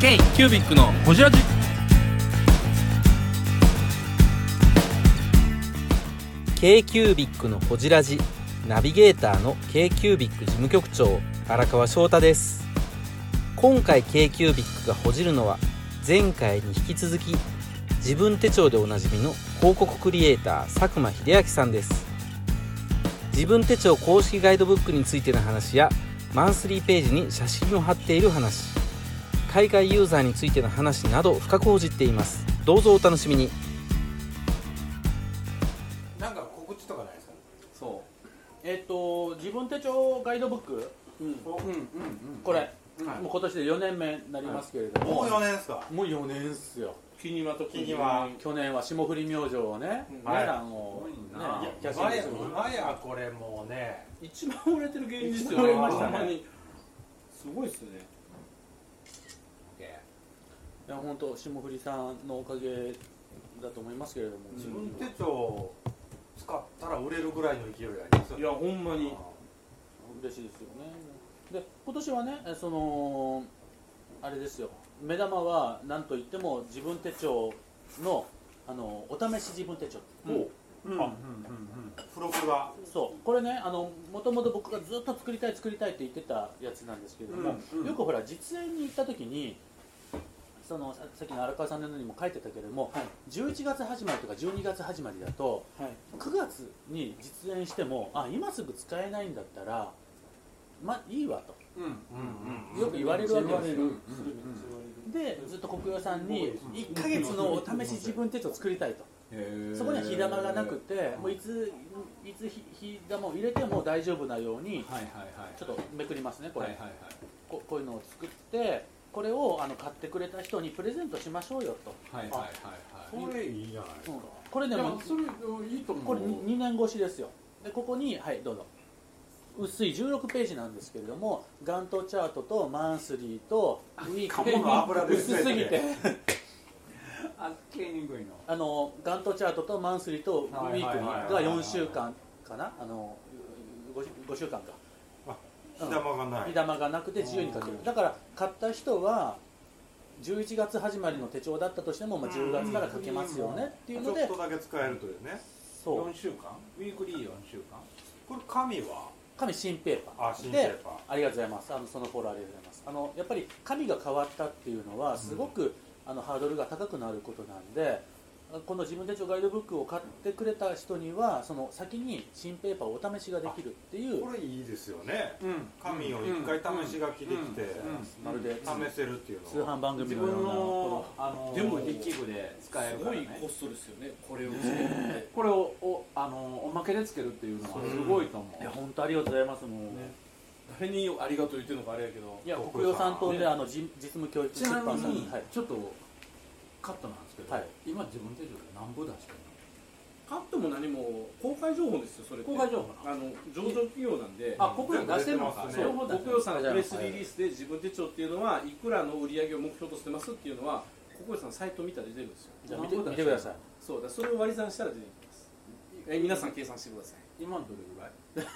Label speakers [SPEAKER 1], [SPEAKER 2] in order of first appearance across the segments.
[SPEAKER 1] ケイキュービックのホジラジ
[SPEAKER 2] ー k q b i c のほじラジナビゲーターの k q b i c 事務局長荒川翔太です今回 k q b i c がほじるのは前回に引き続き自分手帳でおなじみの広告クリエイター佐久間秀明さんです自分手帳公式ガイドブックについての話やマンスリーページに写真を貼っている話海外ユーザーについての話など深く報じていますどうぞお楽しみに
[SPEAKER 3] なんか告知とかないですか、
[SPEAKER 4] そうえっ、と自分手帳ガイドブック、
[SPEAKER 3] うんうんうん
[SPEAKER 4] これ、
[SPEAKER 3] はい
[SPEAKER 4] もう今年で4年目になりますけれども、
[SPEAKER 3] もう4年ですか
[SPEAKER 4] もう4年っすよ
[SPEAKER 5] キニマと
[SPEAKER 3] キニマ
[SPEAKER 4] 去年は霜降り明星をね、
[SPEAKER 3] はい
[SPEAKER 4] メランを、
[SPEAKER 3] いや
[SPEAKER 4] ね、キャッシュ
[SPEAKER 3] 今
[SPEAKER 4] レ
[SPEAKER 3] や
[SPEAKER 4] スを
[SPEAKER 3] 今やこれもうね
[SPEAKER 5] 一番売れてる芸人です
[SPEAKER 3] 一番売
[SPEAKER 5] よ
[SPEAKER 3] れ
[SPEAKER 5] ね
[SPEAKER 3] ましたね
[SPEAKER 5] ほんまにすごいっすね
[SPEAKER 4] いや本当霜降りさんのおかげだと思いますけれども、
[SPEAKER 3] 自分手帳を使ったら売れるぐらいの勢いがありますよ
[SPEAKER 5] いやほんまに
[SPEAKER 4] 嬉しいですよねで今年はねえそのあれですよ目玉は何といっても自分手帳のあのお試し自分手帳
[SPEAKER 5] も
[SPEAKER 3] うんうんうんうん付録が
[SPEAKER 4] そうこれねあのもともと僕がずっと作りたい作りたいって言ってたやつなんですけれども、
[SPEAKER 3] うんうん
[SPEAKER 4] よくほら実演に行った時にそのささっきの荒川さんのようにも書いてたけれども、
[SPEAKER 5] はい
[SPEAKER 4] 11月始まりとか12月始まりだと
[SPEAKER 5] う、はい、
[SPEAKER 4] 9月に実演してもあ今すぐ使えないんだったらまあいいわと
[SPEAKER 3] うんうんうん
[SPEAKER 4] よく言われるわけですよ
[SPEAKER 5] 言われる
[SPEAKER 4] うん
[SPEAKER 5] すごいめっちゃ言われる
[SPEAKER 4] でずっと国用さん
[SPEAKER 3] うん
[SPEAKER 4] に1か月のお試し自分手帳作りたいとそこには火玉がなくてもういついつ火火玉を入れても大丈夫なように
[SPEAKER 5] はいはい
[SPEAKER 4] ちょっとめくりますねこ
[SPEAKER 5] は
[SPEAKER 4] れ、
[SPEAKER 5] いはいはい
[SPEAKER 4] ここういうのを作ってこれをあの買ってくれた人にプレゼントしましょうよと、
[SPEAKER 5] はいはいはいはい
[SPEAKER 3] これいいじゃないです
[SPEAKER 4] うん
[SPEAKER 3] か
[SPEAKER 4] これね
[SPEAKER 5] で
[SPEAKER 4] も
[SPEAKER 5] も
[SPEAKER 4] う
[SPEAKER 5] それいいと思う
[SPEAKER 4] これ2年越しですよでここにはいどうぞ薄い16ページなんですけれどもガントチャートとマンスリーとウィーク
[SPEAKER 3] 鴨の油で
[SPEAKER 4] 薄すぎて
[SPEAKER 5] あケーニングイの
[SPEAKER 4] あのガントチャートとマンスリーとウィークリ
[SPEAKER 3] はいはい
[SPEAKER 4] ー
[SPEAKER 3] は
[SPEAKER 4] が
[SPEAKER 3] いはい
[SPEAKER 4] 4週間かなあの 5, 週間か
[SPEAKER 3] 火玉がない
[SPEAKER 4] 火玉がなくて自由に書けるだから買った人は11月始まりの手帳だったとしても、まあ、10月から書けますよねっ
[SPEAKER 3] ち
[SPEAKER 4] てい
[SPEAKER 3] ょ
[SPEAKER 4] うので
[SPEAKER 3] っとだけ使えるというね
[SPEAKER 4] そう
[SPEAKER 5] 週間ウィークリー4週間
[SPEAKER 3] これ紙は
[SPEAKER 4] 紙新ペーパー
[SPEAKER 3] あ新ペーパー
[SPEAKER 4] ありがとうございますあのそのフォローありがとうございますあのやっぱり紙が変わったっていうのはすごく、あのハードルが高くなることなんでこの自分手帳ガイドブックを買ってくれた人にはその先に新ペーパーをお試しができるっていう
[SPEAKER 3] これいいですよね
[SPEAKER 5] うん
[SPEAKER 3] 紙を一回試し書きできて
[SPEAKER 4] まるで
[SPEAKER 3] 試せるっていうのは
[SPEAKER 4] 通販番組
[SPEAKER 5] 自
[SPEAKER 4] のよう
[SPEAKER 5] 分
[SPEAKER 4] な
[SPEAKER 5] のあの
[SPEAKER 4] 全部筆
[SPEAKER 5] 記具で使える
[SPEAKER 6] す
[SPEAKER 5] か
[SPEAKER 6] ごい
[SPEAKER 5] らね
[SPEAKER 6] コストですよね、これをつけるって。
[SPEAKER 5] これをおあのおまけでつけるっていうのはすごいと思う
[SPEAKER 4] いや本当ありがとうございますもう、
[SPEAKER 6] ね誰にありがとう言ってるのかあれやけど
[SPEAKER 4] い、や
[SPEAKER 3] 国
[SPEAKER 4] 国
[SPEAKER 3] 用
[SPEAKER 4] 用
[SPEAKER 3] さん
[SPEAKER 4] さんとで、
[SPEAKER 6] ね
[SPEAKER 4] あのじ実務教育
[SPEAKER 5] ち
[SPEAKER 4] 出
[SPEAKER 5] な
[SPEAKER 4] 版
[SPEAKER 5] み
[SPEAKER 4] さん
[SPEAKER 5] に
[SPEAKER 4] はい、
[SPEAKER 5] ちょっとカットなんですけど、
[SPEAKER 4] はい
[SPEAKER 5] 今自分手帳で何ぼ出してる
[SPEAKER 6] カットも何も公開情報ですよ、それって。
[SPEAKER 5] の公開情報な
[SPEAKER 6] あ
[SPEAKER 5] の
[SPEAKER 6] の上場企業なんで、
[SPEAKER 5] あ、国用出せるのか、
[SPEAKER 3] 出てますね
[SPEAKER 6] そう
[SPEAKER 5] 両方出せる
[SPEAKER 6] 国用さんがプレスリリースで自分手帳っていうのは、いくらの売り上げを目標としてますっていうのは、国用さんのサイト見たら出てるんですよ。
[SPEAKER 4] じゃあ見て
[SPEAKER 5] 何ぼ出
[SPEAKER 4] 見
[SPEAKER 5] して
[SPEAKER 4] て
[SPEAKER 5] る
[SPEAKER 4] ください
[SPEAKER 6] そうだからそれを割り算したら出てきます。え皆さん計算してください。
[SPEAKER 5] 今どれぐらいどれ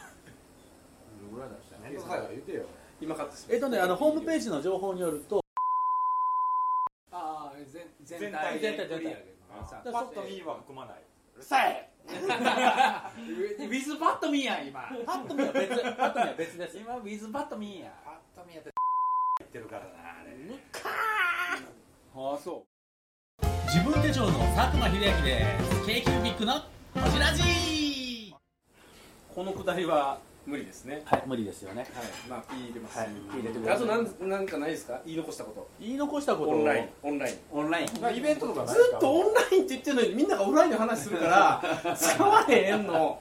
[SPEAKER 5] ぐらい出して
[SPEAKER 3] 面倒くさいから言ってよ
[SPEAKER 6] 今カットして
[SPEAKER 4] えっとねあのホームページの情報によると
[SPEAKER 5] ああ全
[SPEAKER 3] 全体
[SPEAKER 4] 全体全体
[SPEAKER 3] パ
[SPEAKER 4] だ
[SPEAKER 3] ッと見は含まないう
[SPEAKER 5] るさい ウィズパッと見や今
[SPEAKER 4] パッと見は別パッと見は別です
[SPEAKER 5] 今ウィズパッと見や
[SPEAKER 3] パッと見やって言ってるからなあれ
[SPEAKER 5] ああそう
[SPEAKER 1] 自分手帳の佐久間秀明ですケイキュービックのホジラジ
[SPEAKER 6] このくだりは無理ですね。
[SPEAKER 4] はい無理ですよね
[SPEAKER 6] はい、まあ、P 入れます。
[SPEAKER 4] はい入れてく
[SPEAKER 6] あ
[SPEAKER 4] だ
[SPEAKER 6] と
[SPEAKER 4] さ
[SPEAKER 6] ないんなんかないですか言い残したこと
[SPEAKER 4] 言い残したことを
[SPEAKER 6] オンラインオンライン
[SPEAKER 5] オンライン
[SPEAKER 3] イベントとかない
[SPEAKER 6] ずっとオンラインって言ってるのにみんながオンラインの話するから使われへんの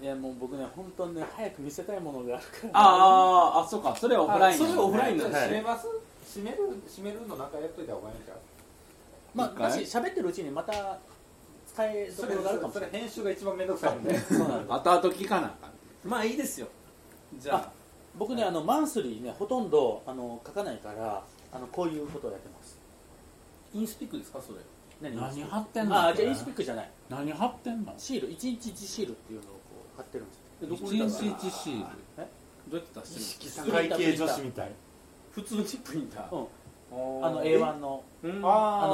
[SPEAKER 4] いやもう僕ね本当にね早く見せたいものがあるから
[SPEAKER 5] あああそうかそれはオフライン
[SPEAKER 6] それはオフラインなんです
[SPEAKER 3] 閉
[SPEAKER 6] ね、
[SPEAKER 3] めます閉める閉めるの中やっといた方がいいんちゃう
[SPEAKER 4] まあ
[SPEAKER 5] 一
[SPEAKER 4] も
[SPEAKER 5] 回
[SPEAKER 4] し喋ってるうちにまた使える
[SPEAKER 3] そ
[SPEAKER 4] とこ
[SPEAKER 3] れ
[SPEAKER 4] ろがあるかもし
[SPEAKER 3] そ
[SPEAKER 4] れ
[SPEAKER 3] れ
[SPEAKER 4] ない
[SPEAKER 3] 編集が一番面倒くさいんで
[SPEAKER 4] そうなんです
[SPEAKER 5] 後々聞かなあかん
[SPEAKER 6] まあいいですよじゃあ
[SPEAKER 4] 僕ねあのマンスリーねほとんどあの書かないからあのこういうことをやってます
[SPEAKER 6] インスピックですかそれ
[SPEAKER 4] 何
[SPEAKER 5] 何貼ってんの
[SPEAKER 4] ああじゃあインスピックじゃない
[SPEAKER 5] 何貼ってんの
[SPEAKER 4] シール一日1シールっていうのをこう貼ってるんですよ
[SPEAKER 6] どこ
[SPEAKER 5] 一
[SPEAKER 6] に
[SPEAKER 5] 日一シール
[SPEAKER 6] どうやって出してる
[SPEAKER 3] 社会系女子みたい
[SPEAKER 6] 普通にプリンター、
[SPEAKER 4] うん
[SPEAKER 6] あ
[SPEAKER 4] あの A1 の
[SPEAKER 6] うん
[SPEAKER 4] あのわあ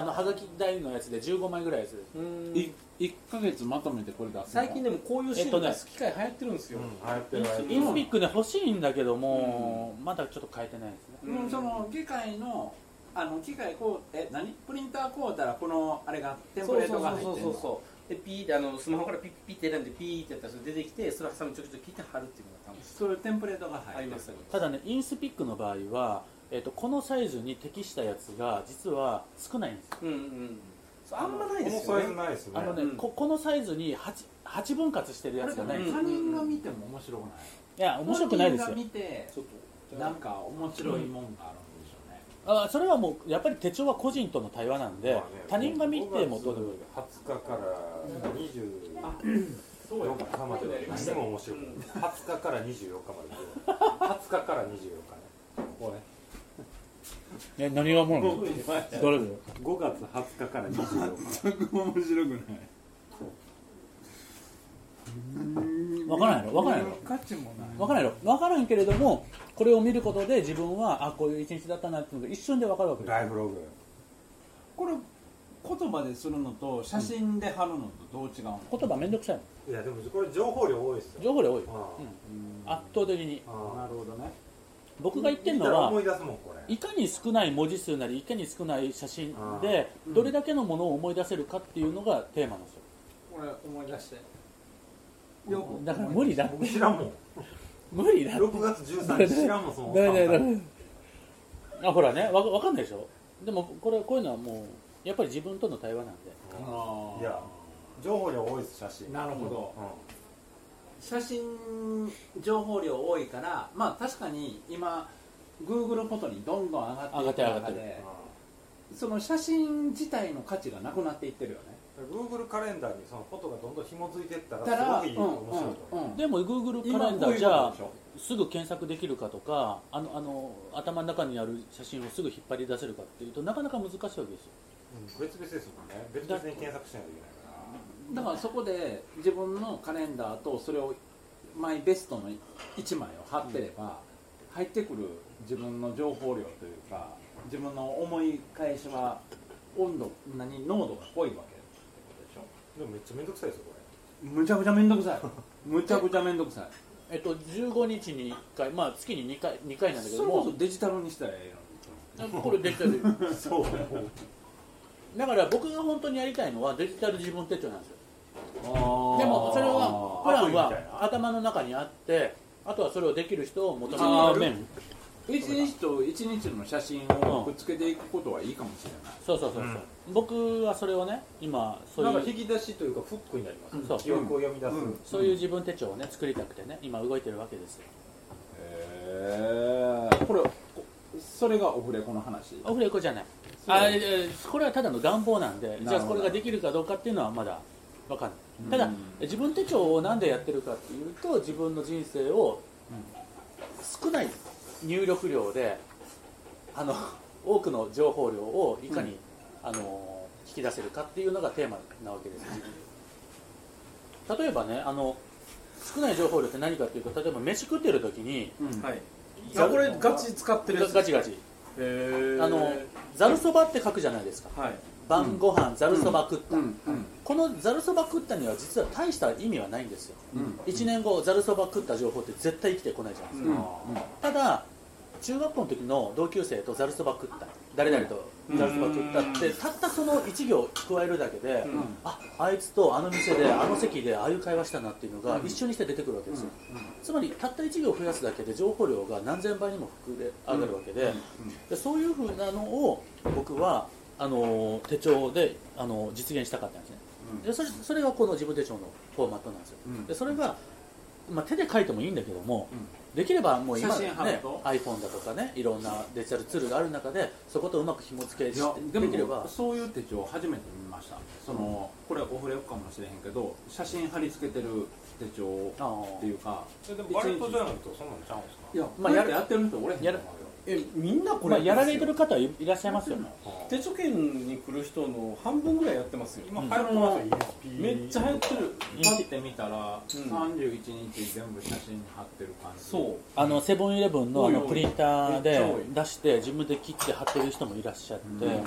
[SPEAKER 3] あ
[SPEAKER 4] のはがき台のやつで15枚ぐらいです
[SPEAKER 6] うん
[SPEAKER 5] い一ヶ月まとめてこれ出すの
[SPEAKER 6] 最近でもこういうシーン出す機会流行ってるんですよ、
[SPEAKER 3] あ、流行ってる流行って
[SPEAKER 4] インスピックね欲しいんだけども、まだちょっと変えてないですね
[SPEAKER 6] うん
[SPEAKER 5] うんその議会のあの議会こうえ何プリンターこうたらこのあれがテンプ
[SPEAKER 6] そう
[SPEAKER 5] レー
[SPEAKER 6] そ
[SPEAKER 5] ト
[SPEAKER 6] う
[SPEAKER 5] が入ってる
[SPEAKER 6] そうそうそうでピーってあのスマホからピッピッって選んでピーってやったらそれ出てきてそれ挟みちょきちょき切って貼るっていうのが多分
[SPEAKER 5] そういうテンプレートが入ってる
[SPEAKER 6] ありますよね
[SPEAKER 4] ただねインスピックの場合は、えっとこのサイズに適したやつが実は少ないんですよ
[SPEAKER 6] うんうんそうあんまないで
[SPEAKER 3] るこの
[SPEAKER 6] すよ
[SPEAKER 3] サイズ
[SPEAKER 6] ね
[SPEAKER 3] ないですね
[SPEAKER 4] あのね、
[SPEAKER 6] うん
[SPEAKER 4] ここのサイズに 8, 八分割してるやつが
[SPEAKER 5] こ
[SPEAKER 4] な
[SPEAKER 5] れ
[SPEAKER 4] いん
[SPEAKER 5] で
[SPEAKER 4] です
[SPEAKER 5] も
[SPEAKER 4] よ
[SPEAKER 5] 他人が見ても面白くない
[SPEAKER 4] いや面白くないですよ
[SPEAKER 5] 本人が見て
[SPEAKER 6] ちょっと
[SPEAKER 5] なんか面白いもんがあるんでしょうね、
[SPEAKER 4] あそれはもうやっぱり手帳は個人との対話なんで、
[SPEAKER 3] まあね
[SPEAKER 4] 他人が見てもどうでもいい
[SPEAKER 3] 20日から24日までは何でも面白くない20日から24日まで20日から24日ねここね
[SPEAKER 4] え何がおもろいのどれだよ
[SPEAKER 3] 5月20日から24日
[SPEAKER 5] 面白くない
[SPEAKER 4] 分からんやろ分からんやろ
[SPEAKER 5] 価値もない
[SPEAKER 4] 分からんやろ分からんけれどもこれを見ることで自分はあこういう一日だったなっていうのが一瞬で分かるわけです
[SPEAKER 3] ライフログ
[SPEAKER 5] これ言葉でするのと写真で貼るのとどう違うの、
[SPEAKER 4] 言葉めんどくさいもん
[SPEAKER 3] いやでもこれ情報量多いですよ
[SPEAKER 4] 情報量多い
[SPEAKER 3] あ
[SPEAKER 4] よ圧倒的に
[SPEAKER 3] あああ
[SPEAKER 5] なるほどね
[SPEAKER 4] 僕が言ってるの
[SPEAKER 3] 見たら
[SPEAKER 4] は
[SPEAKER 3] 思い出すもんこれ
[SPEAKER 4] いかに少ない文字数なりいかに少ない写真で
[SPEAKER 5] うん
[SPEAKER 4] どれだけのものを思い出せるかっていうのがテーマなんですよ
[SPEAKER 5] これ思い出してよく
[SPEAKER 4] だから無理だ
[SPEAKER 3] 僕知らんもん
[SPEAKER 4] 無理だ
[SPEAKER 3] 6月13日知らんもんその おっさ
[SPEAKER 4] だ
[SPEAKER 3] ん
[SPEAKER 4] めだめあほらねわ分かんないでしょでもこれこういうのはもうやっぱり自分との対話なんで
[SPEAKER 5] あー
[SPEAKER 3] いや情報量多いです写真
[SPEAKER 5] なるほど
[SPEAKER 3] うん
[SPEAKER 5] 写真情報量多いからまあ確かに今 Google フォトにどんどん上がっていく
[SPEAKER 4] 上がって
[SPEAKER 5] 中
[SPEAKER 4] る上が
[SPEAKER 5] でその写真自体の価値がなくなっていってるよね
[SPEAKER 3] Google カレンダーにそのフォトがどんどん紐づいてったら
[SPEAKER 5] たら
[SPEAKER 3] すごい面白いと思う、
[SPEAKER 5] うん
[SPEAKER 4] でも Google カ
[SPEAKER 5] 今
[SPEAKER 4] レ
[SPEAKER 5] こ
[SPEAKER 4] ン
[SPEAKER 5] う
[SPEAKER 4] ダ
[SPEAKER 5] いう
[SPEAKER 4] ーじゃあ
[SPEAKER 5] ことでしょ
[SPEAKER 4] すぐ検索できるかとかあのあの頭の中にある写真をすぐ引っ張り出せるかっていうとなかなか難しいわけですよ
[SPEAKER 3] うん別々ですもんね別々に検索しないといけないから
[SPEAKER 5] だからそこで自分のカレンダーとそれをマイベストの1枚を貼ってれば、入ってくる自分の情報量というか自分の思い返しは温度何濃度が濃いわけってこ
[SPEAKER 3] でもめっちゃめんどくさいですよこと
[SPEAKER 5] でしょむちゃくちゃ面倒く さいむちゃくちゃ面倒くさい
[SPEAKER 4] えっと15日に1回まあ月に2回二回なんだけ
[SPEAKER 5] そ
[SPEAKER 4] ど
[SPEAKER 5] れこ
[SPEAKER 4] も
[SPEAKER 5] そデジタルにしたらえ
[SPEAKER 4] これデジタル
[SPEAKER 3] れそう
[SPEAKER 4] だから僕が本当にやりたいのはデジタル自分手帳なんですよ
[SPEAKER 5] えやんで
[SPEAKER 4] でもそれはプラン
[SPEAKER 3] アプリみたい
[SPEAKER 4] は
[SPEAKER 3] な
[SPEAKER 4] 頭の中にあってあとはそれをできる人を求める
[SPEAKER 5] あー
[SPEAKER 4] 面
[SPEAKER 5] 一日と一日の写真をくっつけていくことはいいかもしれない
[SPEAKER 4] そうそうそうそう、僕はそれをね今そう
[SPEAKER 3] なんか
[SPEAKER 4] いう
[SPEAKER 3] 引き出しというかフックになります、ね
[SPEAKER 4] そう
[SPEAKER 3] 記憶を読み出す、
[SPEAKER 5] うん
[SPEAKER 4] そういう自分手帳をね作りたくてね今動いてるわけですよ
[SPEAKER 5] へえこれこそれがオフレコの話
[SPEAKER 4] オフレコじゃない
[SPEAKER 5] そう
[SPEAKER 4] あ、えーこれはただの願望なんで
[SPEAKER 5] ほど
[SPEAKER 4] じゃあこれができるかどうかっていうのはまだ分かん
[SPEAKER 5] うん
[SPEAKER 4] ないただ自分手帳をなんでやってるかっていうと自分の人生を少ない入力量であの多くの情報量をいかに、あの引き出せるかっていうのがテーマなわけです例えばねあの少ない情報量って何かっていうと例えば飯食ってる時に
[SPEAKER 5] うん
[SPEAKER 6] はいあこれガチ使ってるやつ
[SPEAKER 4] ガチガチ
[SPEAKER 6] へー
[SPEAKER 4] あのざるそばって書くじゃないですか
[SPEAKER 6] はい
[SPEAKER 4] 晩ご飯ざるそば食った、
[SPEAKER 5] うんうん
[SPEAKER 4] このざるそば食ったには実は大した意味はないんですよ
[SPEAKER 5] うん
[SPEAKER 4] 1年後ざるそば食った情報って絶対生きてこないじゃないですか、ただ中学校の時の同級生とざるそば食った誰々とざるそば食ったって
[SPEAKER 6] うん
[SPEAKER 4] たったその1行加えるだけで、
[SPEAKER 6] うん
[SPEAKER 4] ああいつとあの店であの席でああいう会話したなっていうのが一緒にして出てくるわけですよ、つまりたった1行増やすだけで情報量が何千倍にも膨れ上がるわけで,、でそういうふうなのを僕はあの手帳であの実現したかったんですね、でそれそれがこの自分手帳のフォーマットなんですよ、
[SPEAKER 5] うん
[SPEAKER 4] でそれが、まあ、手で書いてもいいんだけども、できればもう今、
[SPEAKER 5] 写
[SPEAKER 4] ね
[SPEAKER 5] 真貼ると、
[SPEAKER 4] iPhone だとかねいろんなデジタルツールがある中でそことうまく紐付け
[SPEAKER 5] い
[SPEAKER 4] し
[SPEAKER 5] や
[SPEAKER 4] て
[SPEAKER 5] で
[SPEAKER 4] できれば
[SPEAKER 5] もそういう手帳初めて見ましたそのこれオフレコかもしれへんけど写真貼り付けてる手帳
[SPEAKER 4] あ
[SPEAKER 5] っていうか
[SPEAKER 3] それでもバレットジャーナルとそんなのちゃうんですか
[SPEAKER 5] いや
[SPEAKER 4] ま
[SPEAKER 5] ま
[SPEAKER 4] あや
[SPEAKER 5] あや
[SPEAKER 4] る
[SPEAKER 5] るやってる人俺へんと思うよ
[SPEAKER 4] やる
[SPEAKER 6] えみんなこれ
[SPEAKER 4] まあ、やられて
[SPEAKER 6] る
[SPEAKER 4] る方はいらっしゃいますよね
[SPEAKER 6] 手帳券に来る人の半分ぐらいやってますよ
[SPEAKER 3] 今流行ってますよ ESP
[SPEAKER 6] めっちゃ流行ってる
[SPEAKER 5] 生きてみたら、
[SPEAKER 6] うん
[SPEAKER 5] 31日全部写真に貼ってる感じ
[SPEAKER 6] そう
[SPEAKER 4] あのセブンイレブンのあの
[SPEAKER 6] おいおい
[SPEAKER 4] プリンター
[SPEAKER 6] めっちゃ
[SPEAKER 4] で
[SPEAKER 6] 多い
[SPEAKER 4] 出して自分で切って貼ってる人もいらっしゃって、
[SPEAKER 5] うん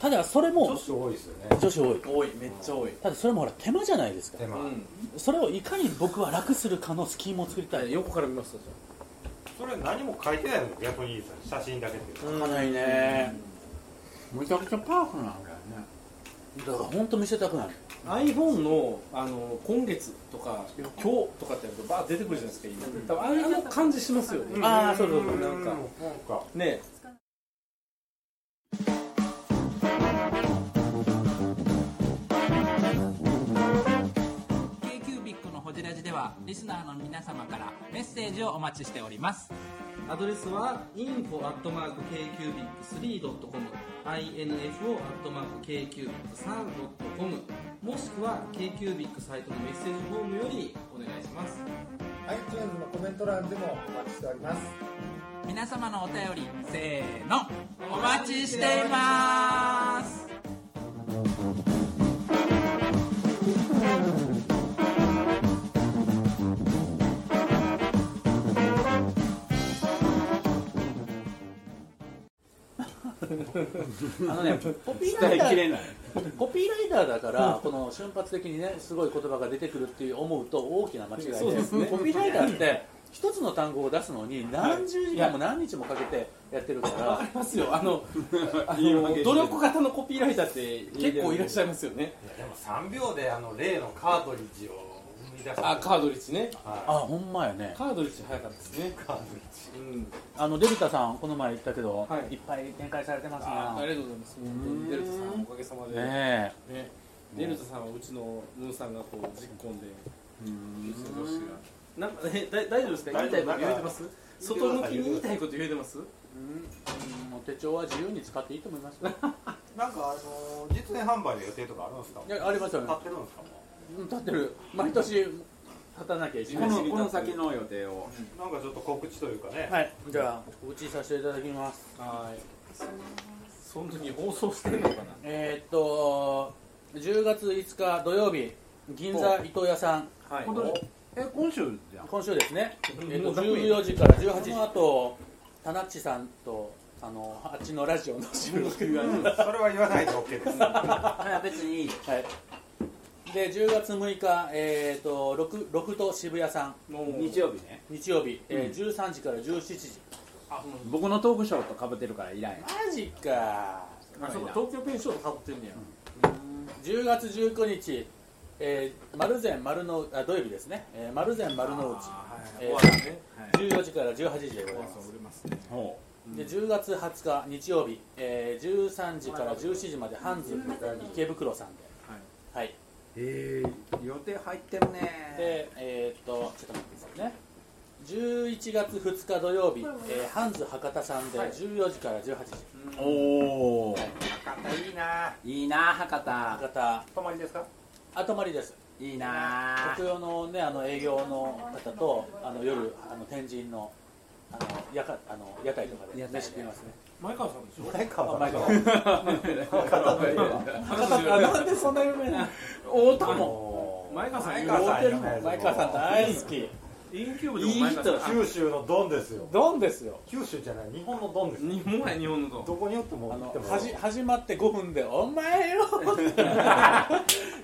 [SPEAKER 4] ただそれ
[SPEAKER 3] 女
[SPEAKER 4] も
[SPEAKER 3] 子多いですよね
[SPEAKER 4] 女子多い
[SPEAKER 6] 多いめっちゃ多い
[SPEAKER 4] ただそれもほら手間じゃないですか
[SPEAKER 3] 手間、
[SPEAKER 6] うん
[SPEAKER 4] それをいかに僕は楽するかのスキームを作りたい
[SPEAKER 6] 横から見ましたじ
[SPEAKER 3] それ何も書いてないのが逆にいいですよね写真だけっていう
[SPEAKER 4] かないね
[SPEAKER 5] むちゃくちゃパワフルなんだよね
[SPEAKER 4] だから本当見せたくなる
[SPEAKER 6] ゃん iPhone のあの今月とか今日とかってやるとバーッ出てくるじゃないですか今多分あれの感じしますよね、
[SPEAKER 4] あーそうそうそう
[SPEAKER 6] なんか
[SPEAKER 3] なんか
[SPEAKER 6] ね
[SPEAKER 7] アドレスは info.kcubic3.com info.kcubic3.com もしくは KQBIC サイトのメッセージフォームよりお願いします
[SPEAKER 8] iTunes のコメント欄でもお待ちしております
[SPEAKER 7] 皆様のお便りせーのお待ちしています
[SPEAKER 5] あのね
[SPEAKER 4] コピーラ
[SPEAKER 5] 伝
[SPEAKER 4] イ
[SPEAKER 5] え
[SPEAKER 4] ダ
[SPEAKER 5] き
[SPEAKER 4] ー
[SPEAKER 5] れない
[SPEAKER 4] コピーライダーだからこの瞬発的にねすごい言葉が出てくるっていう思うと大きな間違いで
[SPEAKER 6] そうですね
[SPEAKER 4] コピーライダーって一つの単語を出すのに何十時間も何日もかけてやってるか
[SPEAKER 6] わからりますよあのあ
[SPEAKER 5] 言い訳し
[SPEAKER 6] の
[SPEAKER 5] て
[SPEAKER 6] 努力型のコピーライターって結構いらっしゃいますよね
[SPEAKER 3] いやでも3秒であの例のカートリッジを生み出した
[SPEAKER 6] あカードリッジね
[SPEAKER 4] あ
[SPEAKER 3] は
[SPEAKER 4] ほんまやね
[SPEAKER 6] カードリッジ早かったですね
[SPEAKER 3] い、カートリッジ
[SPEAKER 6] うん
[SPEAKER 4] あのデルタさんこの前言ったけど、、
[SPEAKER 6] はいい
[SPEAKER 4] っぱい展開されてます
[SPEAKER 6] ああ
[SPEAKER 4] ね
[SPEAKER 6] りがとうございます本当にデルタさんおかげさまでね
[SPEAKER 4] ね
[SPEAKER 6] デルタさんはうちのムーさんがこう実行でうちの上司がなんかえだ大丈夫ですか言いたいこと言えてます外向きに言いたいこと言えてます
[SPEAKER 4] えもう手帳は自由に使っていいと思いますよ
[SPEAKER 3] なんかあの実演販売の予定とかあるんですか
[SPEAKER 4] いやありますよね
[SPEAKER 3] 買ってるんですか
[SPEAKER 4] うん立ってる毎年立たなきゃいけな
[SPEAKER 5] こ
[SPEAKER 4] い
[SPEAKER 5] のこの先の予定を
[SPEAKER 3] なんかちょっと告知というかね、
[SPEAKER 4] はいじゃあ告知させていただきます
[SPEAKER 6] はいその時放送してるのかな
[SPEAKER 4] えーっと10月5日土曜日銀座伊東屋さん
[SPEAKER 6] はい
[SPEAKER 5] 今年え今週じゃん
[SPEAKER 4] 今週ですね、えーっと
[SPEAKER 6] もうダメ
[SPEAKER 4] 14時から18時その後タナッチさんとあのあっちのラジオの収録が
[SPEAKER 3] それは言わないで OK です
[SPEAKER 5] いや別にいい
[SPEAKER 4] はいで10月6日、えー、とロクロフト渋谷さん
[SPEAKER 5] 日曜日ね
[SPEAKER 4] 日曜日、えー13時から17時
[SPEAKER 5] 僕のトークショーとかぶってるからいらんや
[SPEAKER 4] マジか
[SPEAKER 6] あそうか東京ペンションとかぶってんねや
[SPEAKER 4] 10月19日、えー、丸善丸のあ土曜日ですね、えー、丸善丸の内、
[SPEAKER 6] 終
[SPEAKER 4] え
[SPEAKER 6] わ
[SPEAKER 4] ー
[SPEAKER 6] るね
[SPEAKER 4] 14時から18時でございます
[SPEAKER 6] 売れますね
[SPEAKER 5] ほ
[SPEAKER 4] で10月20日日曜日、えー、13時から17時までハンズ池袋さんで、はい
[SPEAKER 5] えー、予定入ってるね
[SPEAKER 4] でえー、っとちょっと待ってくださいね11月2日土曜日、えー、ハンズ博多さんで14時から18時、
[SPEAKER 5] おお
[SPEAKER 3] 博多いいない
[SPEAKER 5] いな博多
[SPEAKER 4] 博多
[SPEAKER 3] 泊まりですか
[SPEAKER 4] 後回りです
[SPEAKER 5] いいな
[SPEAKER 4] 北洋のねあの営業の方とあの夜あの天神のあのやかあの屋台とかで
[SPEAKER 5] 屋台で
[SPEAKER 4] 飯食いますね。
[SPEAKER 6] 前川さんでしょ
[SPEAKER 3] 前
[SPEAKER 4] あ
[SPEAKER 3] 川
[SPEAKER 4] 前川
[SPEAKER 6] 博多さん
[SPEAKER 4] なんでそんな有名なの？
[SPEAKER 5] 太田も
[SPEAKER 6] 前川さん
[SPEAKER 3] 前川
[SPEAKER 4] 大
[SPEAKER 3] さ
[SPEAKER 4] 手
[SPEAKER 3] ん
[SPEAKER 4] の前川さん大好き。
[SPEAKER 6] インキューブでも前川さん
[SPEAKER 3] 九州のドンですよ
[SPEAKER 4] ドンですよ。
[SPEAKER 3] 九州じゃない日本のドンですよ
[SPEAKER 6] 日本は日本のと
[SPEAKER 3] どこによっても
[SPEAKER 4] あ
[SPEAKER 3] 行っ
[SPEAKER 4] の
[SPEAKER 3] ても
[SPEAKER 4] はじ始まって5分でお前 よって。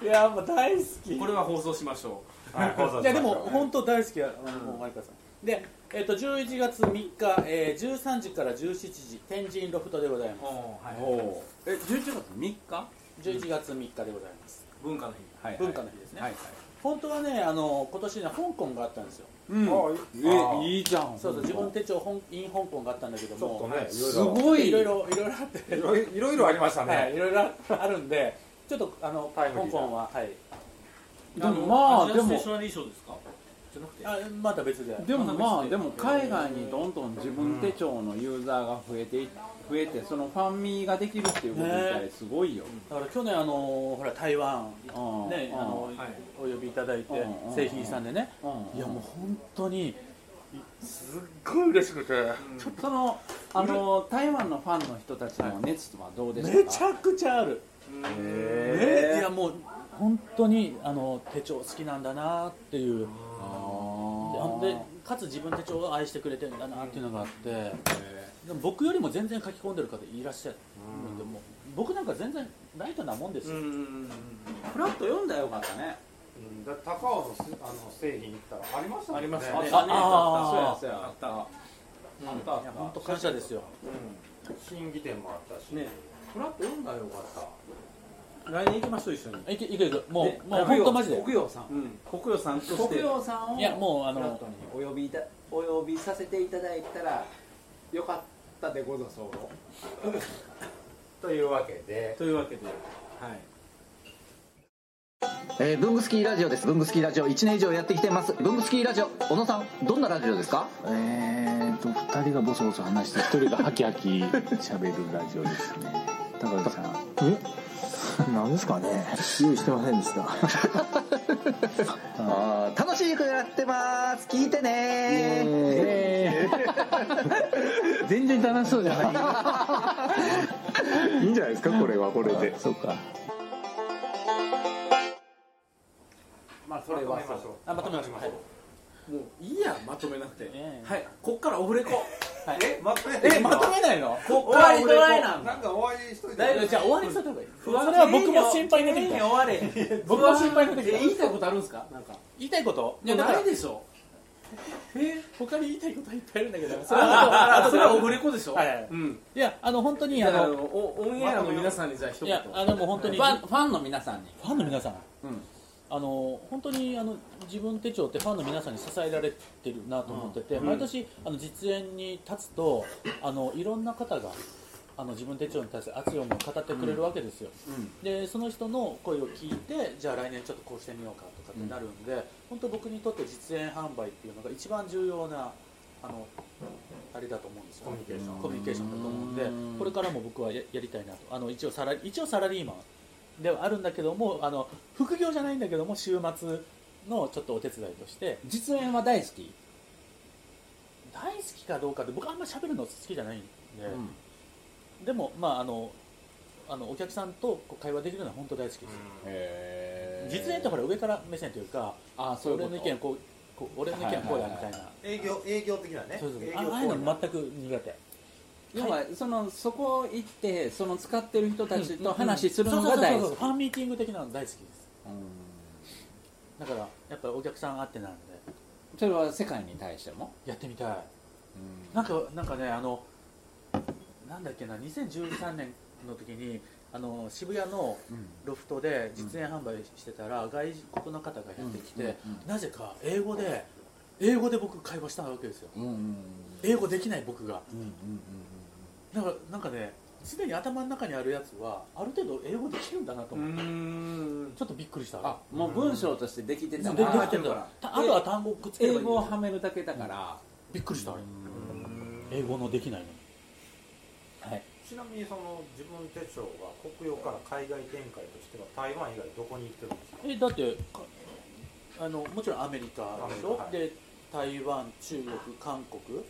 [SPEAKER 4] いやもう大好き。
[SPEAKER 6] これは放送しましょ
[SPEAKER 3] はい放送しましょう
[SPEAKER 4] いやでも本当大好きやあのもう前川さん。でえっ、と11月3日、えー、13時から17時天神ロフトでございま
[SPEAKER 6] うはい
[SPEAKER 5] おえ11月3日は
[SPEAKER 4] す。11月3日でございます。
[SPEAKER 6] 文化の日
[SPEAKER 5] い、はい、
[SPEAKER 4] 文化の日ですね。
[SPEAKER 5] はいはい
[SPEAKER 4] 本当はねあの今年ね香港があったんですよ
[SPEAKER 5] うん
[SPEAKER 3] あいいあ
[SPEAKER 5] えいいじゃん
[SPEAKER 4] そうそう自分手帳本 in 香港があったんだけど
[SPEAKER 3] ちょっと
[SPEAKER 4] も
[SPEAKER 3] ね
[SPEAKER 5] すごい
[SPEAKER 4] いろいろいろいろあって
[SPEAKER 3] いろいろいろいろありましたね、
[SPEAKER 4] はいいろいろあるんでちょっとあの
[SPEAKER 3] タ
[SPEAKER 4] 香
[SPEAKER 3] イムリーだ
[SPEAKER 4] 港ははい
[SPEAKER 5] でもまあでも
[SPEAKER 6] ナリー賞ですかじゃなくて
[SPEAKER 4] あまた別で
[SPEAKER 5] でもま
[SPEAKER 6] ま
[SPEAKER 5] あ
[SPEAKER 6] だ別で
[SPEAKER 5] でも海外にどんどん自分手帳のユーザーが増えてい増えてそのファンミーができるっていうこと自体すごいよ、
[SPEAKER 4] だから去年あのほら台湾
[SPEAKER 5] うん
[SPEAKER 4] ねあの
[SPEAKER 6] はい
[SPEAKER 4] お呼びいただいて
[SPEAKER 5] うん
[SPEAKER 4] 製品さんでね
[SPEAKER 5] うん
[SPEAKER 4] いやもう本当に
[SPEAKER 6] すっごい嬉しくて、
[SPEAKER 5] そのあの台湾のファンの人たちの熱はどうで
[SPEAKER 4] め
[SPEAKER 5] し
[SPEAKER 4] ち
[SPEAKER 5] たか、
[SPEAKER 4] ゃくちゃある、ね、いやもう本当にあの手帳好きなんだなっていうでかつ自分手帳を愛してくれてるんだなっていうのがあって、でも僕よりも全然書き込んでる方いらっしゃるんで、もう僕なんか全然ライトなもんですよ、
[SPEAKER 5] フラット読んだらよかったね
[SPEAKER 3] うんだ高尾のすあの製品行ったらありましたもんね
[SPEAKER 6] ありましたね
[SPEAKER 5] あ
[SPEAKER 4] あ
[SPEAKER 5] あそうやそうやあったあったあ
[SPEAKER 4] い
[SPEAKER 5] った
[SPEAKER 4] や本当感謝ですよ
[SPEAKER 3] 新規店もあったし、
[SPEAKER 6] ね
[SPEAKER 5] フラット読んだらよかった
[SPEAKER 6] 来年行きましょう一緒に、
[SPEAKER 4] いけいけいけもう、
[SPEAKER 6] ね
[SPEAKER 4] もう本当マジで
[SPEAKER 5] 国用さん
[SPEAKER 6] うん、国領さんとして
[SPEAKER 5] 国用さんを
[SPEAKER 4] いやもうあ
[SPEAKER 5] フラッ
[SPEAKER 4] の
[SPEAKER 5] トにお呼びいたお呼びさせていただいたらよかったでござそう
[SPEAKER 3] というわけで
[SPEAKER 6] というわけで、はい、
[SPEAKER 9] えー、ブングスキーラジオですブングスキーラジオ1年以上やってきてますブングスキーラジオ小野さんどんなラジオですかえーと2人がボソボソ話して1人がハキハキ喋るラジオですね高橋さんえなんですかね用意してませんでしたあー楽しい曲やってます聞いてね 全然楽しそうじゃ ないいいんじゃないですかこれはこれでそうか
[SPEAKER 5] まあそれは
[SPEAKER 3] まとめましょう
[SPEAKER 4] あまとめましょうはい
[SPEAKER 6] もういいやまとめなくて、
[SPEAKER 4] ええ
[SPEAKER 6] はいこっからオフレコ
[SPEAKER 3] えまとめ
[SPEAKER 4] えまとめないの
[SPEAKER 6] こ
[SPEAKER 5] 終わりドライなんだ
[SPEAKER 3] なんか終わりしといて
[SPEAKER 6] 大丈夫
[SPEAKER 4] じゃあ終わりにしといた方がいい
[SPEAKER 6] 不
[SPEAKER 4] それ
[SPEAKER 6] 安
[SPEAKER 4] は僕も心配になってき
[SPEAKER 6] 終
[SPEAKER 4] た
[SPEAKER 6] われ
[SPEAKER 4] 僕も心配になってきた
[SPEAKER 5] 言いたいことあるんですかなんか
[SPEAKER 4] 言いたいこと
[SPEAKER 6] いや
[SPEAKER 4] だから
[SPEAKER 6] ないでしょ
[SPEAKER 4] え他に言いたいことはいっぱいあるんだけど
[SPEAKER 6] それはそれはオ
[SPEAKER 4] は
[SPEAKER 6] フレコでしょ、
[SPEAKER 4] はいはい
[SPEAKER 6] うん
[SPEAKER 4] いやあの本当に
[SPEAKER 6] い
[SPEAKER 4] あ
[SPEAKER 6] やあの
[SPEAKER 4] の
[SPEAKER 6] おオンエアの皆さんにじゃあ一
[SPEAKER 4] い
[SPEAKER 6] 言
[SPEAKER 4] やあのもう本当に
[SPEAKER 5] ファンファンの皆さんに
[SPEAKER 4] ファンの皆さん、
[SPEAKER 5] うん
[SPEAKER 4] あの本当にあの自分手帳ってファンの皆さんに支えられてるなと思ってて、毎年あの実演に立つとあのいろんな方があの自分手帳に対する熱い思いを語ってくれるわけですよ、でその人の声を聞いてじゃあ来年ちょっとこうしてみようかとかってなるんで、本当僕にとって実演販売っていうのが一番重要なあのあれだと思うんですよ
[SPEAKER 3] コミュニケーション
[SPEAKER 4] コミュニケーションだと思うんでこれからも僕はややりたいなとあの一応サラ一応サラリーマンではあるんだけどもあの副業じゃないんだけども週末のちょっとお手伝いとして
[SPEAKER 5] 実演は大好き
[SPEAKER 4] 大好きかどうかって僕あんま喋るの好きじゃないんで、でもまああのあのお客さんとこう会話できるのは本当大好きです、実演ってほら上から目線というか
[SPEAKER 5] あそういう
[SPEAKER 4] 俺
[SPEAKER 5] こと
[SPEAKER 4] の意見こうこう俺の意見はこうやみたいな、
[SPEAKER 3] 営業営業的なね
[SPEAKER 4] そうそう
[SPEAKER 3] 営業
[SPEAKER 4] あああいうの全く苦手
[SPEAKER 5] 要はそのそこ行ってその使ってる人たちと
[SPEAKER 4] うん
[SPEAKER 5] 話するのが
[SPEAKER 4] そうそうそ
[SPEAKER 5] 大
[SPEAKER 4] うそう
[SPEAKER 5] 好き
[SPEAKER 4] ファンミーティング的なの大好きですだからやっぱりお客さんあってなんで
[SPEAKER 5] それは世界に対しても
[SPEAKER 4] やってみたいなんかなんかねあのなんだっけな2013年の時にあの渋谷のロフトで実演販売してたら、外国の方がやってきて、なぜか英語で英語で僕会話したわけですよ、英語できない僕が、だからなんかね常に頭の中にあるやつはある程度英語できるんだなと
[SPEAKER 6] うー
[SPEAKER 4] 思って、
[SPEAKER 6] ん
[SPEAKER 4] ちょっとびっくりした
[SPEAKER 5] あもう文章としてできて
[SPEAKER 4] で
[SPEAKER 5] た
[SPEAKER 4] で
[SPEAKER 5] か
[SPEAKER 4] で
[SPEAKER 5] ら
[SPEAKER 4] きてるからたあとは単語くっつければ
[SPEAKER 5] 英
[SPEAKER 4] いい
[SPEAKER 5] 語をはめるだけだから
[SPEAKER 4] びっくりしたあれ英語のできないのに
[SPEAKER 3] ちなみにその自分手帳は国用から海外展開としては台湾以外どこに行ってるんですか
[SPEAKER 4] えだってかあのもちろんアメリカでしょ、
[SPEAKER 3] アメ
[SPEAKER 4] で台湾中国韓国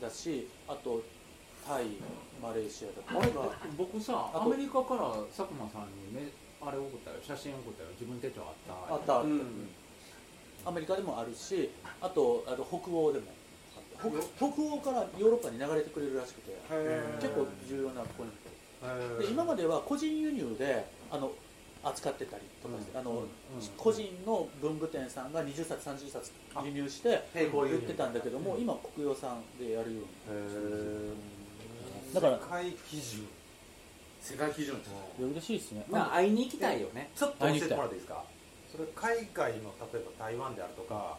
[SPEAKER 4] だしあとタイマレーシアだと
[SPEAKER 5] あれ
[SPEAKER 4] か
[SPEAKER 5] 僕さ
[SPEAKER 4] あ
[SPEAKER 5] ア
[SPEAKER 4] と
[SPEAKER 5] メリカから佐久間さんにめあれ送ったよ写真送ったよ自分手帳あった
[SPEAKER 4] あった、
[SPEAKER 6] うん
[SPEAKER 4] アメリカでもあるしあとあと北欧でも北北欧からヨーロッパに流れてくれるらしくて結構重要なポイントで今までは個人輸入であの扱ってたりとかして、あの個人の文具店さんが20冊30冊輸入して
[SPEAKER 3] 並行輸
[SPEAKER 4] 売
[SPEAKER 3] 入
[SPEAKER 4] ってたんだけども、今国用さんでやるようにだ
[SPEAKER 3] だ
[SPEAKER 4] か
[SPEAKER 3] からら世界基準
[SPEAKER 6] 世界基準って
[SPEAKER 4] いや嬉しいですね
[SPEAKER 5] まあ会いに行きたいよね
[SPEAKER 3] ちょっと教えてもらっていいですかそれ海外の例えば台湾であるとか、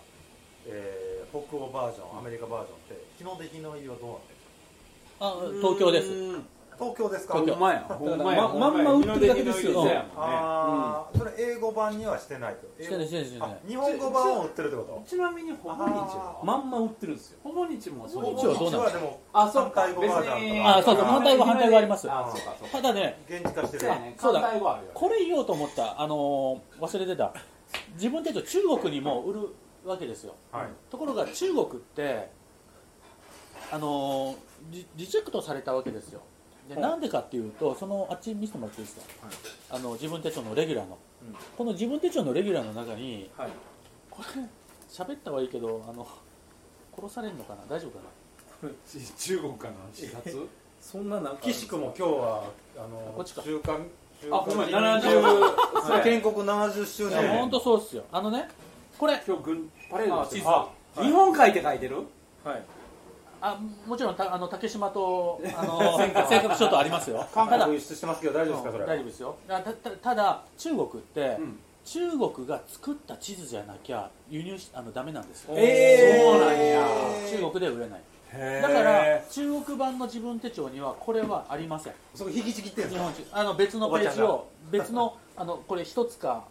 [SPEAKER 3] えー北欧バージョンアメリカバージョンって日の出日の入りはどうなんですか
[SPEAKER 4] あ東京です
[SPEAKER 3] 東京ですか
[SPEAKER 5] ほんまや
[SPEAKER 6] ほ
[SPEAKER 5] ほ
[SPEAKER 6] ん
[SPEAKER 5] ん
[SPEAKER 6] ま
[SPEAKER 5] ま
[SPEAKER 6] や
[SPEAKER 5] やまんま売ってるだけ
[SPEAKER 6] 日の
[SPEAKER 5] で
[SPEAKER 6] 出日
[SPEAKER 5] す
[SPEAKER 6] の
[SPEAKER 5] よ
[SPEAKER 6] 入り
[SPEAKER 5] ね
[SPEAKER 3] ああ、それ英語版にはしてないと
[SPEAKER 4] してないしてないしてない
[SPEAKER 3] あ日本語版を売ってるってこと
[SPEAKER 5] ちなみにほぼ日は
[SPEAKER 6] まんま売ってるんですよ
[SPEAKER 5] ほぼ日もそう
[SPEAKER 4] ほぼ日はどうなんで
[SPEAKER 3] こっち
[SPEAKER 4] すか
[SPEAKER 3] でも
[SPEAKER 5] あそうか
[SPEAKER 3] 反対語バージョンと
[SPEAKER 5] 別に
[SPEAKER 3] か
[SPEAKER 4] あそうそう反対語反対語あります
[SPEAKER 5] あそうかそうか
[SPEAKER 4] ただね
[SPEAKER 3] 現地化してる
[SPEAKER 5] そうやね
[SPEAKER 4] そうだ
[SPEAKER 5] 反対語あるよ
[SPEAKER 4] これ言おうと思ったあのー忘れてた自分手帳中国にも売るわけですよ
[SPEAKER 3] はい
[SPEAKER 4] ところが中国ってあのリリジェクトされたわけですよでなんでかっていうとそのあっち見せてもらっていいですか、あの自分手帳のレギュラーの、
[SPEAKER 6] うん
[SPEAKER 4] この自分手帳のレギュラーの中に
[SPEAKER 6] はい
[SPEAKER 4] これ喋ったはいいけどあの殺されるのかな大丈夫かな
[SPEAKER 3] 中国かな視察
[SPEAKER 6] そんななんか
[SPEAKER 3] 岸君も今日はあの
[SPEAKER 4] こっちか
[SPEAKER 3] 中間
[SPEAKER 6] あほんまに70
[SPEAKER 3] 70建国70周
[SPEAKER 4] いや
[SPEAKER 3] 年
[SPEAKER 4] 本当そうっすよあのねこれ
[SPEAKER 3] 今日軍パレードしてる
[SPEAKER 6] あ地図
[SPEAKER 3] 日本海って書いてる
[SPEAKER 6] はい
[SPEAKER 4] あもちろんたあの竹島とあの尖閣諸島ありますよ
[SPEAKER 3] 韓
[SPEAKER 4] ただ
[SPEAKER 3] 国輸出してますけど大丈夫ですかそれ
[SPEAKER 4] 大丈夫ですよだたたただ中国って、
[SPEAKER 3] うん
[SPEAKER 4] 中国が作った地図じゃなきゃ輸入しあのダメなんですよ
[SPEAKER 3] えー
[SPEAKER 4] そうなんや中国では売れない
[SPEAKER 3] へー
[SPEAKER 4] だから中国版の自分手帳にはこれはありません
[SPEAKER 3] そこ引きちぎってん
[SPEAKER 4] 日
[SPEAKER 3] の
[SPEAKER 4] 本中あの別のページ
[SPEAKER 3] お
[SPEAKER 4] を別のあのこれ一つか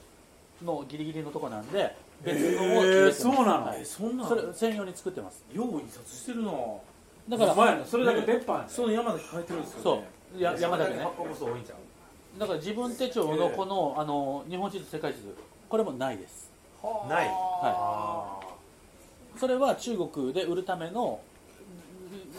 [SPEAKER 4] のギリギリのとこなんで別のを決めてます、
[SPEAKER 3] そうなの
[SPEAKER 4] はい
[SPEAKER 6] そんな
[SPEAKER 4] それ専用に作ってます
[SPEAKER 6] よう印刷してるな
[SPEAKER 4] だから
[SPEAKER 3] 前のそれだけ別版
[SPEAKER 6] その山崎書いてるんですよ
[SPEAKER 4] そ
[SPEAKER 6] ね
[SPEAKER 4] うや山田ね
[SPEAKER 3] 発行部数多いんちゃう
[SPEAKER 4] だから自分手帳のこのあの日本地図世界地図これもないです
[SPEAKER 3] ない
[SPEAKER 4] はそれは中国で売るための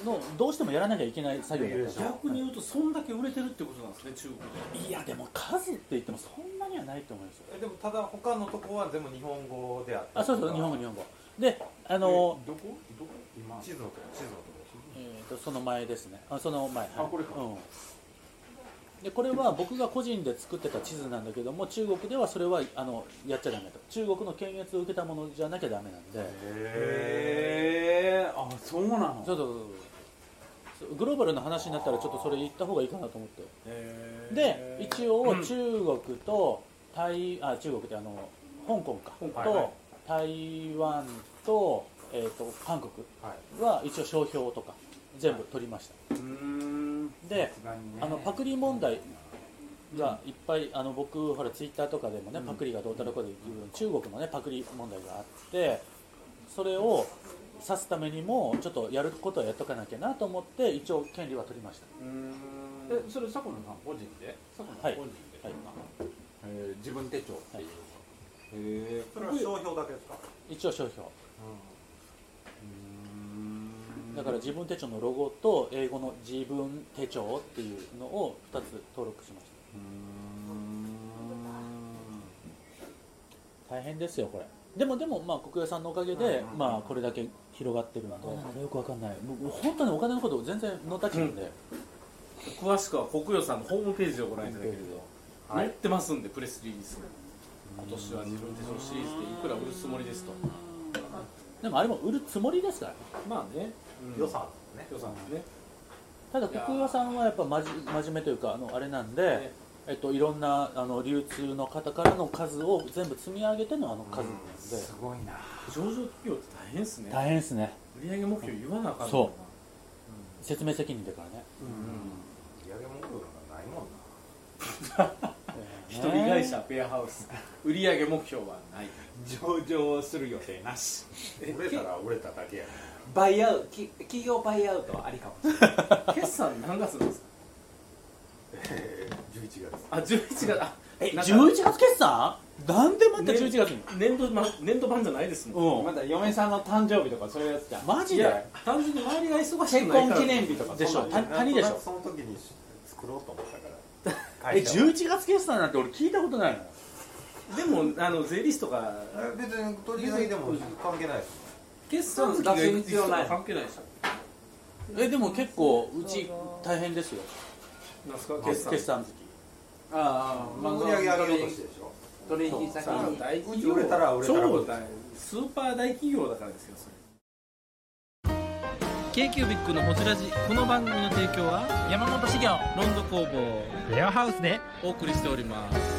[SPEAKER 4] のどうしてもやらなきゃいけない作業だったんですよ
[SPEAKER 6] 逆に言うとそんだけ売れてるってことなんですね中国で
[SPEAKER 4] いやでも数って言ってもそんなにはないと思いますよ
[SPEAKER 3] えでもただ他のとこは全部日本語であった
[SPEAKER 4] あそうそう日本語日本語であ
[SPEAKER 3] ど
[SPEAKER 4] の
[SPEAKER 3] こどこ今地図のとこ地図のと
[SPEAKER 4] えーとその前ですねあその前はい
[SPEAKER 3] あこれか
[SPEAKER 4] うん、でこれは僕が個人で作ってた地図なんだけども中国ではそれはあのやっちゃダメと中国の検閲を受けたものじゃなきゃダメなんで
[SPEAKER 3] こへえあそうなの
[SPEAKER 4] そうそうそうそうグローバルな話になったらちょっとそれ言った方がいいかなと思ってで一応中国と台、あ中国ってあの香港か
[SPEAKER 3] 港
[SPEAKER 4] と、
[SPEAKER 3] はいはい
[SPEAKER 4] 台湾と,、えー、と韓国は一応商標とか全部取りました、
[SPEAKER 3] うん
[SPEAKER 4] で
[SPEAKER 3] さすがにね
[SPEAKER 4] あのパクリ問題がいっぱい、あの僕ほらツイッターとかでもね、パクリがどうたらこうで中国のねパクリ問題があってそれを指すためにもちょっとやることはやっとかなきゃなと思って一応権利は取りました
[SPEAKER 5] えそれ佐久間さん個人で佐久間さん個人で、
[SPEAKER 4] はい
[SPEAKER 5] えー自分手帳っていう、へえ
[SPEAKER 3] それは商標だけですか
[SPEAKER 4] 一応商標だから自分手帳のロゴと英語の自分手帳っていうのを2つ登録しました大変ですよこれでもでもまあ国営さんのおかげでまあこれだけ広がってるのでなんかよくわかんない僕本当にお金のこと全然ノータッチなんで、
[SPEAKER 6] 詳しくは国予さんのホームページをご覧いただけると
[SPEAKER 3] は
[SPEAKER 6] 載
[SPEAKER 3] い
[SPEAKER 6] ってますんでプレスリリースが今年は自分手帳シリーズでいくら売るつもりですと
[SPEAKER 4] でもあれも売るつもりですから
[SPEAKER 6] まあね
[SPEAKER 3] 予算ですね
[SPEAKER 6] 予算ですね
[SPEAKER 4] ただ国営さんはやっぱ真じ真面目というかあのあれなんで、
[SPEAKER 6] ね
[SPEAKER 4] えっと、いろんなあの流通の方からの数を全部積み上げてのあの数なんで、
[SPEAKER 3] ごいな
[SPEAKER 6] 上場企業って大変ですね
[SPEAKER 4] 大変ですね
[SPEAKER 6] 売上目標言わなあかんのかな
[SPEAKER 4] そう説明責任だからね
[SPEAKER 3] 売上目標なんかないもんな
[SPEAKER 6] 一人会社ペアハウス売上目標はない
[SPEAKER 5] 上場する予定なし
[SPEAKER 3] 売れたら売れただけやね
[SPEAKER 5] バイアウトき企業バイアウトはありかもしれない
[SPEAKER 6] 決算何月なんですか
[SPEAKER 3] 11月
[SPEAKER 6] あ11月あ
[SPEAKER 4] え
[SPEAKER 6] なんか
[SPEAKER 4] 11月決算なんでまた11月に、
[SPEAKER 6] 年度ま年度版じゃないですもん
[SPEAKER 5] まだ嫁さんの誕生日とかそういうやつじゃん
[SPEAKER 4] マジ
[SPEAKER 6] い
[SPEAKER 4] で
[SPEAKER 6] や単純に周りが忙しい
[SPEAKER 5] 結婚記念日とか
[SPEAKER 4] でしょ
[SPEAKER 5] そん
[SPEAKER 4] た
[SPEAKER 5] なん
[SPEAKER 4] 谷でし
[SPEAKER 3] なん
[SPEAKER 4] ょ
[SPEAKER 3] となくその時に作ろうと思ったから
[SPEAKER 4] え
[SPEAKER 3] 会社を
[SPEAKER 4] 11月決算なんて俺聞いたことないの
[SPEAKER 6] でもあの税理士とか
[SPEAKER 3] え別に取り上げでも関係ないです
[SPEAKER 6] 決算
[SPEAKER 5] 出す必要ない
[SPEAKER 6] 関係ないでしょ
[SPEAKER 4] えでも結構うち大変ですよ
[SPEAKER 6] なんですか決
[SPEAKER 4] 決
[SPEAKER 6] 算
[SPEAKER 4] 決算月
[SPEAKER 5] ああまあ
[SPEAKER 3] 売り上げ上げようとしてでしょ
[SPEAKER 5] 取引先に
[SPEAKER 6] 大企
[SPEAKER 3] 売れたら売れたら
[SPEAKER 6] 超大スーパー大企業だからですよそれ
[SPEAKER 7] k q b i c のホジラジこの番組の提供は山本資源ロンド工房レアハウスでお送りしております